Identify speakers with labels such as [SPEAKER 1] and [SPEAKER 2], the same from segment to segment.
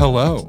[SPEAKER 1] Hello.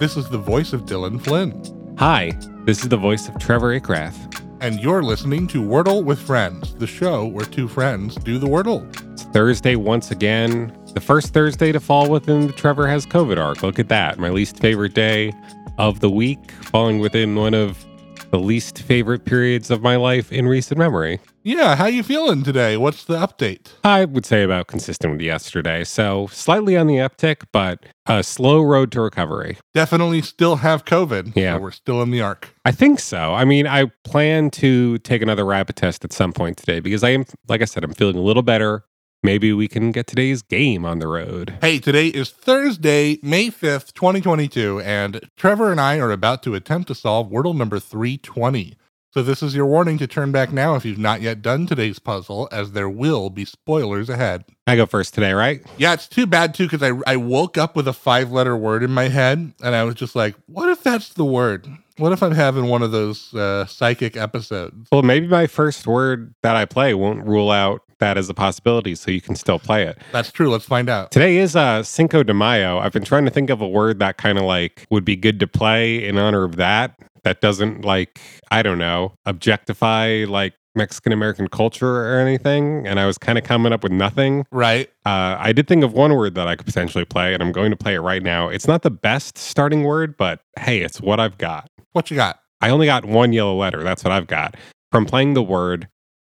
[SPEAKER 1] This is the voice of Dylan Flynn,
[SPEAKER 2] Hi, this is the voice of Trevor Ickrath.
[SPEAKER 1] and you're listening to Wordle with Friends, the show where two friends do the Wordle.
[SPEAKER 2] It's Thursday once again, the first Thursday to fall within the Trevor has COVID arc. Look at that, my least favorite day of the week, falling within one of the least favorite periods of my life in recent memory.
[SPEAKER 1] Yeah, how you feeling today? What's the update?
[SPEAKER 2] I would say about consistent with yesterday, so slightly on the uptick, but a slow road to recovery.
[SPEAKER 1] Definitely still have COVID.
[SPEAKER 2] Yeah.
[SPEAKER 1] but we're still in the arc.
[SPEAKER 2] I think so. I mean, I plan to take another rapid test at some point today because I am, like I said, I'm feeling a little better. Maybe we can get today's game on the road.
[SPEAKER 1] Hey, today is Thursday, May 5th, 2022, and Trevor and I are about to attempt to solve Wordle number 320. So, this is your warning to turn back now if you've not yet done today's puzzle, as there will be spoilers ahead.
[SPEAKER 2] I go first today, right?
[SPEAKER 1] Yeah, it's too bad, too, because I, I woke up with a five letter word in my head, and I was just like, what if that's the word? What if I'm having one of those uh, psychic episodes?
[SPEAKER 2] Well, maybe my first word that I play won't rule out that as a possibility, so you can still play it.
[SPEAKER 1] That's true. Let's find out.
[SPEAKER 2] Today is uh, Cinco de Mayo. I've been trying to think of a word that kind of like would be good to play in honor of that. That doesn't like, I don't know, objectify like Mexican American culture or anything. And I was kind of coming up with nothing.
[SPEAKER 1] Right?
[SPEAKER 2] Uh, I did think of one word that I could potentially play, and I'm going to play it right now. It's not the best starting word, but hey, it's what I've got.
[SPEAKER 1] What you got?
[SPEAKER 2] I only got one yellow letter. That's what I've got from playing the word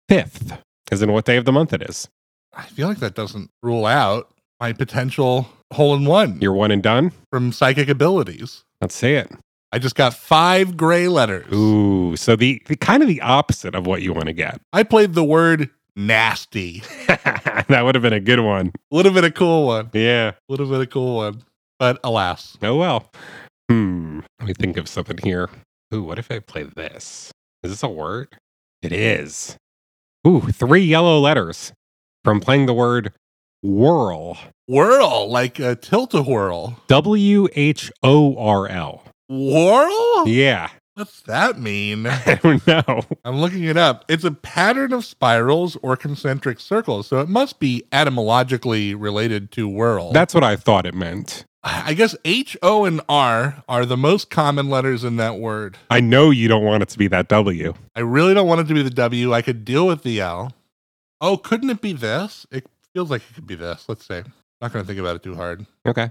[SPEAKER 2] fifth, as in what day of the month it is.
[SPEAKER 1] I feel like that doesn't rule out my potential hole in one
[SPEAKER 2] You're one and done.
[SPEAKER 1] from psychic abilities.
[SPEAKER 2] Let's see it.
[SPEAKER 1] I just got five gray letters.
[SPEAKER 2] Ooh, so the, the kind of the opposite of what you want to get.
[SPEAKER 1] I played the word nasty.
[SPEAKER 2] that would have been a good one.
[SPEAKER 1] A little bit of cool one.
[SPEAKER 2] Yeah.
[SPEAKER 1] A little bit of cool one. But alas,
[SPEAKER 2] Oh well. Hmm. Let me think of something here. Ooh, what if I play this? Is this a word? It is. Ooh, three yellow letters from playing the word whirl.
[SPEAKER 1] whirl like a tilt a whirl.
[SPEAKER 2] W H O R L.
[SPEAKER 1] Whirl?
[SPEAKER 2] Yeah.
[SPEAKER 1] What's that mean?
[SPEAKER 2] I don't know.
[SPEAKER 1] I'm looking it up. It's a pattern of spirals or concentric circles, so it must be etymologically related to whirl.
[SPEAKER 2] That's what I thought it meant.
[SPEAKER 1] I guess H, O, and R are the most common letters in that word.
[SPEAKER 2] I know you don't want it to be that W.
[SPEAKER 1] I really don't want it to be the W. I could deal with the L. Oh, couldn't it be this? It feels like it could be this. Let's say. Not going to think about it too hard.
[SPEAKER 2] Okay.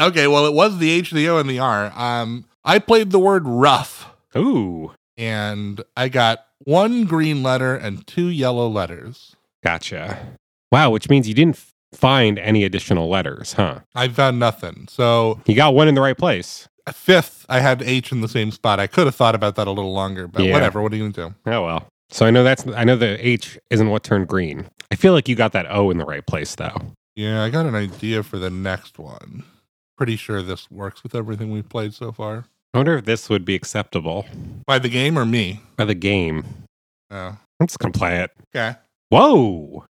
[SPEAKER 1] okay, well, it was the H, the O, and the R. Um, I played the word rough,
[SPEAKER 2] Ooh.
[SPEAKER 1] and I got one green letter and two yellow letters.
[SPEAKER 2] Gotcha. Wow, which means you didn't f- find any additional letters, huh?
[SPEAKER 1] I found nothing. So
[SPEAKER 2] You got one in the right place.
[SPEAKER 1] a fifth, I had H in the same spot. I could have thought about that a little longer, but
[SPEAKER 2] Yeah.
[SPEAKER 1] whatever. What are you going to do?
[SPEAKER 2] Oh well. So I know that's I know the H isn't what turned green. I feel like you got that O in the right place though.
[SPEAKER 1] Yeah, I got an idea for the next one. Pretty sure this works with everything we've played so far.
[SPEAKER 2] I wonder if this would be acceptable
[SPEAKER 1] By the game or me?
[SPEAKER 2] by the game.
[SPEAKER 1] Oh,
[SPEAKER 2] Let's go play it.
[SPEAKER 1] okay.
[SPEAKER 2] Whoa.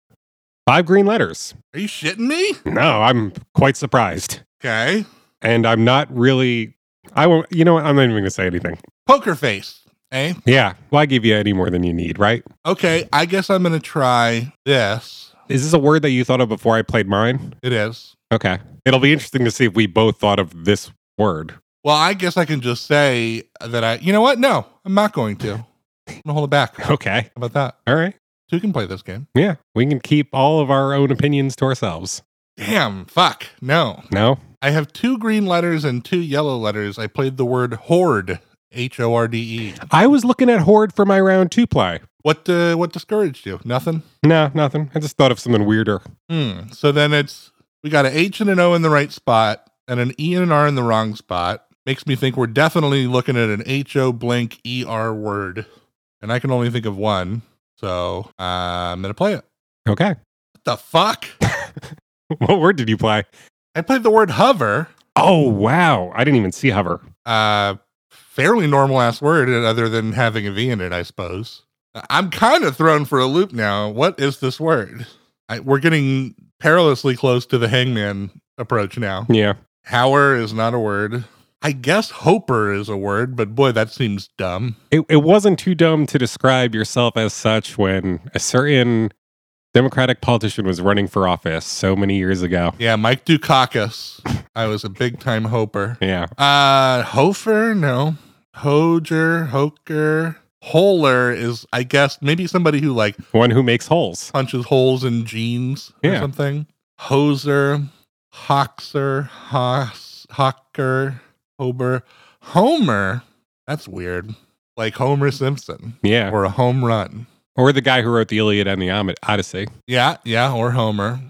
[SPEAKER 2] Five green letters.
[SPEAKER 1] Are you shitting me?
[SPEAKER 2] No, I'm quite surprised.
[SPEAKER 1] Okay.
[SPEAKER 2] And I'm not really I won't you know what, I'm not even gonna say anything.
[SPEAKER 1] Poker face. Eh?
[SPEAKER 2] Yeah. Why give you any more than you need, right?
[SPEAKER 1] Okay, I guess I'm gonna try this.
[SPEAKER 2] Is this a word that you thought of before I played mine?
[SPEAKER 1] It is.
[SPEAKER 2] Okay. It'll be interesting to see if we both thought of this word.
[SPEAKER 1] Well, I guess I can just say that I you know what? No, I'm not going to. I'm gonna hold it back. How
[SPEAKER 2] Okay.
[SPEAKER 1] about that?
[SPEAKER 2] All right.
[SPEAKER 1] Two can play this game.
[SPEAKER 2] Yeah. We can keep all of our own opinions to ourselves.
[SPEAKER 1] Damn, fuck. No.
[SPEAKER 2] No?
[SPEAKER 1] I have two green letters and two yellow letters. I played the word horde. H O R D E.
[SPEAKER 2] I was looking at Horde for my round two ply.
[SPEAKER 1] What uh, what discouraged you? Nothing?
[SPEAKER 2] No, nothing. I just thought of something weirder.
[SPEAKER 1] Hmm. So then it's we got an H and an O in the right spot and an E and an R in the wrong spot. Makes me think we're definitely looking at an H O blank E R word. And I can only think of one. So uh, I'm gonna play it.
[SPEAKER 2] Okay.
[SPEAKER 1] What the fuck?
[SPEAKER 2] What word did you play?
[SPEAKER 1] I played the word hover.
[SPEAKER 2] Oh, wow. I didn't even see hover.
[SPEAKER 1] Uh fairly normal ass word other than having a V in it, I suppose. I'm kind of thrown for a loop now. What is this word? I, we're getting perilously close to the hangman approach now.
[SPEAKER 2] Yeah.
[SPEAKER 1] Hower is not a word. I guess hoper is a word, but boy, that seems dumb.
[SPEAKER 2] It, it wasn't too dumb to describe yourself as such when a certain Democratic politician was running for office so many years ago.
[SPEAKER 1] Yeah, Mike Dukakis I was a big time hoper.
[SPEAKER 2] Yeah.
[SPEAKER 1] Uh, hofer? No. Hoger, hoker. Holer is, I guess, maybe somebody who like
[SPEAKER 2] One who makes holes.
[SPEAKER 1] punches holes in jeans or
[SPEAKER 2] Yeah.
[SPEAKER 1] something. Hoser, hoxer, hos, hocker, hober, homer. That's weird. Like Homer Simpson
[SPEAKER 2] Yeah.
[SPEAKER 1] or a home run.
[SPEAKER 2] Or the guy who wrote the Iliad and the Om- Odyssey.
[SPEAKER 1] Yeah, yeah, or Homer.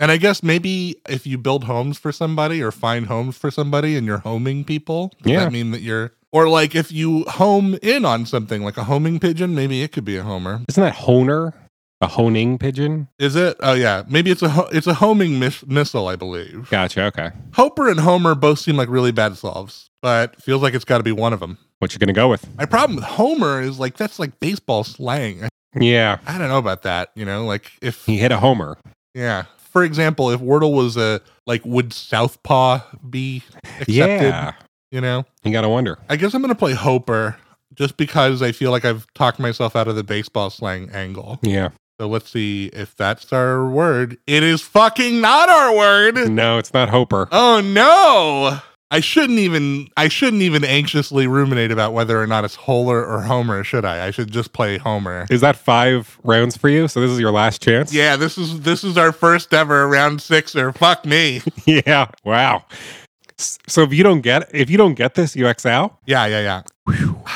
[SPEAKER 1] And I guess maybe if you build homes for somebody or find homes for somebody and you're homing people, does
[SPEAKER 2] Yeah.
[SPEAKER 1] that mean that you're or like if you home in on something like a homing pigeon, maybe it could be a homer.
[SPEAKER 2] Isn't that Honer? A honing pigeon?
[SPEAKER 1] Is it? Oh yeah, maybe it's a ho- it's a homing mis- missile, I believe.
[SPEAKER 2] Gotcha. Okay.
[SPEAKER 1] Hoper and Homer both seem like really bad solves, but feels like it's got to be one of them.
[SPEAKER 2] What you gonna go with?
[SPEAKER 1] My problem with Homer is like that's like baseball slang. I,
[SPEAKER 2] Yeah.
[SPEAKER 1] I don't know about that, you know, like if
[SPEAKER 2] He hit a homer.
[SPEAKER 1] Yeah. For example, if Wordle was a like, would Southpaw be accepted?
[SPEAKER 2] Yeah.
[SPEAKER 1] You know,
[SPEAKER 2] You gotta wonder.
[SPEAKER 1] I guess I'm gonna play Hoper just because I feel like I've talked myself out of the baseball slang angle.
[SPEAKER 2] Yeah.
[SPEAKER 1] So let's see if that's our word. It is fucking not our word.
[SPEAKER 2] No, it's not Hoper.
[SPEAKER 1] Oh no. I shouldn't even I shouldn't even anxiously ruminate about whether or not it's Holer or Homer, should I? I should just play Homer.
[SPEAKER 2] Is that five rounds for you? So this is your last chance?
[SPEAKER 1] Yeah, this is this is our first ever round sixer. Fuck me.
[SPEAKER 2] yeah. Wow. S- So if you don't get if you don't get this, you X out?
[SPEAKER 1] Yeah, yeah, yeah.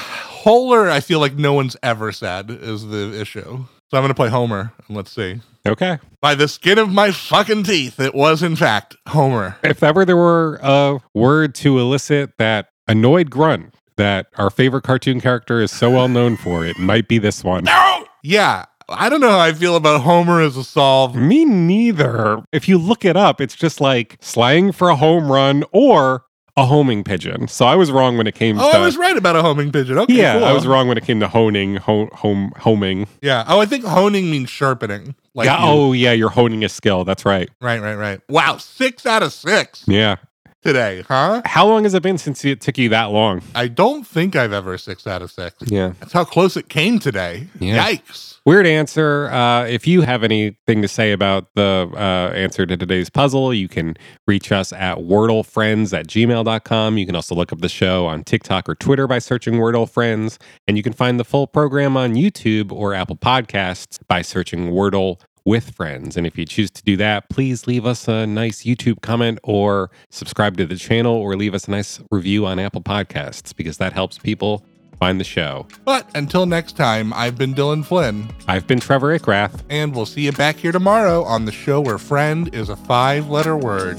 [SPEAKER 1] Holer, I feel like no one's ever said is the issue. So I'm going to play Homer and let's see.
[SPEAKER 2] Okay.
[SPEAKER 1] By the skin of my fucking teeth, it was in fact Homer.
[SPEAKER 2] If ever there were a word to elicit that annoyed grunt that our favorite cartoon character is so well known for, it might be this one.
[SPEAKER 1] No! Yeah, I don't know how I feel about Homer as a solve.
[SPEAKER 2] Me neither. If you look it up, it's just like slang for a home run or a homing pigeon. So I was wrong when it came
[SPEAKER 1] Oh,
[SPEAKER 2] to
[SPEAKER 1] I was right about a homing pigeon. Okay,
[SPEAKER 2] Yeah,
[SPEAKER 1] cool.
[SPEAKER 2] I was wrong when it came to honing, ho- home homing.
[SPEAKER 1] Yeah. Oh, I think honing means sharpening. Like
[SPEAKER 2] yeah,
[SPEAKER 1] you-
[SPEAKER 2] oh yeah, you're honing a skill. That's right.
[SPEAKER 1] right, right, right. Wow, six out of six
[SPEAKER 2] Yeah.
[SPEAKER 1] today, huh?
[SPEAKER 2] How long has it been since it took you that long?
[SPEAKER 1] I don't think I've ever six out of six.
[SPEAKER 2] Yeah.
[SPEAKER 1] That's how close it came today.
[SPEAKER 2] Yeah.
[SPEAKER 1] Yikes.
[SPEAKER 2] Weird answer. Uh, if you have anything to say about the uh, answer to today's puzzle, you can reach us at wordlefriends at gmail.com. You can also look up the show on TikTok or Twitter by searching Wordle Friends. And you can find the full program on YouTube or Apple Podcasts by searching Wordle with Friends. And if you choose to do that, please leave us a nice YouTube comment or subscribe to the channel or leave us a nice review on Apple Podcasts because that helps people find the show.
[SPEAKER 1] But until next time, I've been Dylan Flynn,
[SPEAKER 2] I've been Trevor Ickrath.
[SPEAKER 1] and we'll see you back here tomorrow on the show where friend is a five letter word.